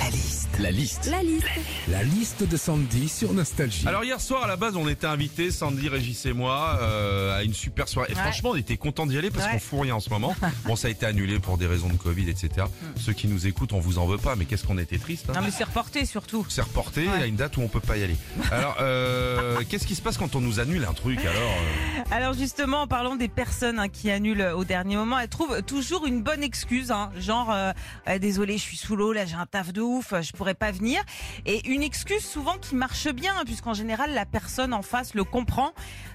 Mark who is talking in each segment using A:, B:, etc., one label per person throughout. A: La liste.
B: La liste.
C: La liste.
A: La liste de Sandy sur Nostalgie.
B: Alors hier soir à la base on était invités, Sandy, Régis et moi, euh, à une super soirée. Et
C: Ouais.
B: franchement on était contents d'y aller parce
C: Ouais.
B: qu'on fout rien en ce moment. Bon ça a été annulé pour des raisons de Covid, etc. Ceux qui nous écoutent on vous en veut pas, mais qu'est-ce qu'on était triste.
C: Hmm.
B: hein.
C: Non mais c'est reporté surtout.
B: C'est reporté à une date où on peut pas y aller. Alors euh, qu'est-ce qui se passe quand on nous annule un truc alors euh,
C: Alors justement, en parlant des personnes hein, qui annulent euh, au dernier moment, elles trouvent toujours une bonne excuse, hein, genre euh, Euh, désolé, je suis sous l'eau, là j'ai un taf de ouf, euh, je pourrais pas venir. Et une excuse souvent qui marche bien, hein, puisqu'en général la personne en face le comprend,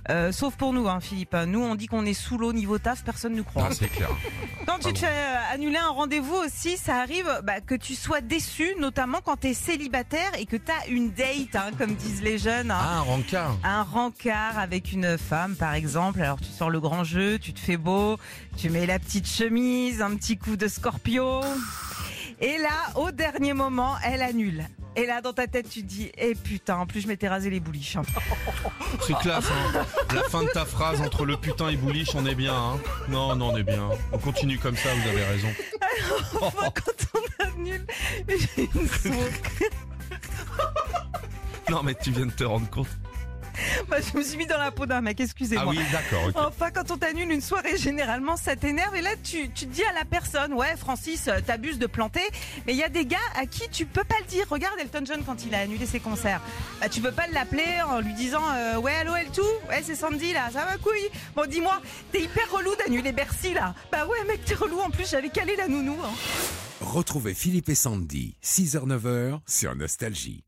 C: Euh, sauf pour nous, hein, Philippe. Nous on dit qu'on est sous l'eau niveau taf, personne nous croit.
B: ah, C'est clair.
C: Quand tu te fais euh, annuler un rendez-vous aussi, ça arrive bah, que tu sois déçu, notamment quand t'es célibataire et que t'as une date, hein, comme disent les jeunes. hein.
B: Ah un rencard.
C: Un rencard avec une femme, par exemple. Alors tu sors le grand jeu, tu te fais beau, tu mets la petite chemise, un petit coup de scorpio. Et là, au dernier moment, elle annule. Et là, dans ta tête, tu te dis, eh putain, en plus je m'étais rasé les bouliches. hein.
B: C'est classe. hein. La fin de ta phrase entre le putain et bouliche on est bien. hein. Non non on est bien. On continue comme ça, vous avez raison.
C: Enfin, quand on annule une soirée,
B: Non mais tu viens de te rendre compte.
C: bah, je me suis mis dans la peau d'un mec, excusez-moi.
B: Ah oui d'accord. ok.
C: Enfin, quand on t'annule une soirée, généralement, ça t'énerve. Et là, tu, tu te dis à la personne, ouais, Francis, euh, t'abuses de planter. Mais il y a des gars à qui tu peux pas le dire. Regarde Elton John quand il a annulé ses concerts. Bah, tu peux pas l'appeler en lui disant, euh, ouais, allô, tout Ouais, c'est Sandy, là, ça va, couille Bon, dis-moi, t'es hyper relou d'annuler Bercy, là. Bah ouais, mec, t'es relou. En plus, j'avais calé la nounou. hein.
A: Retrouvez Philippe et Sandy, 6h-9h sur Nostalgie.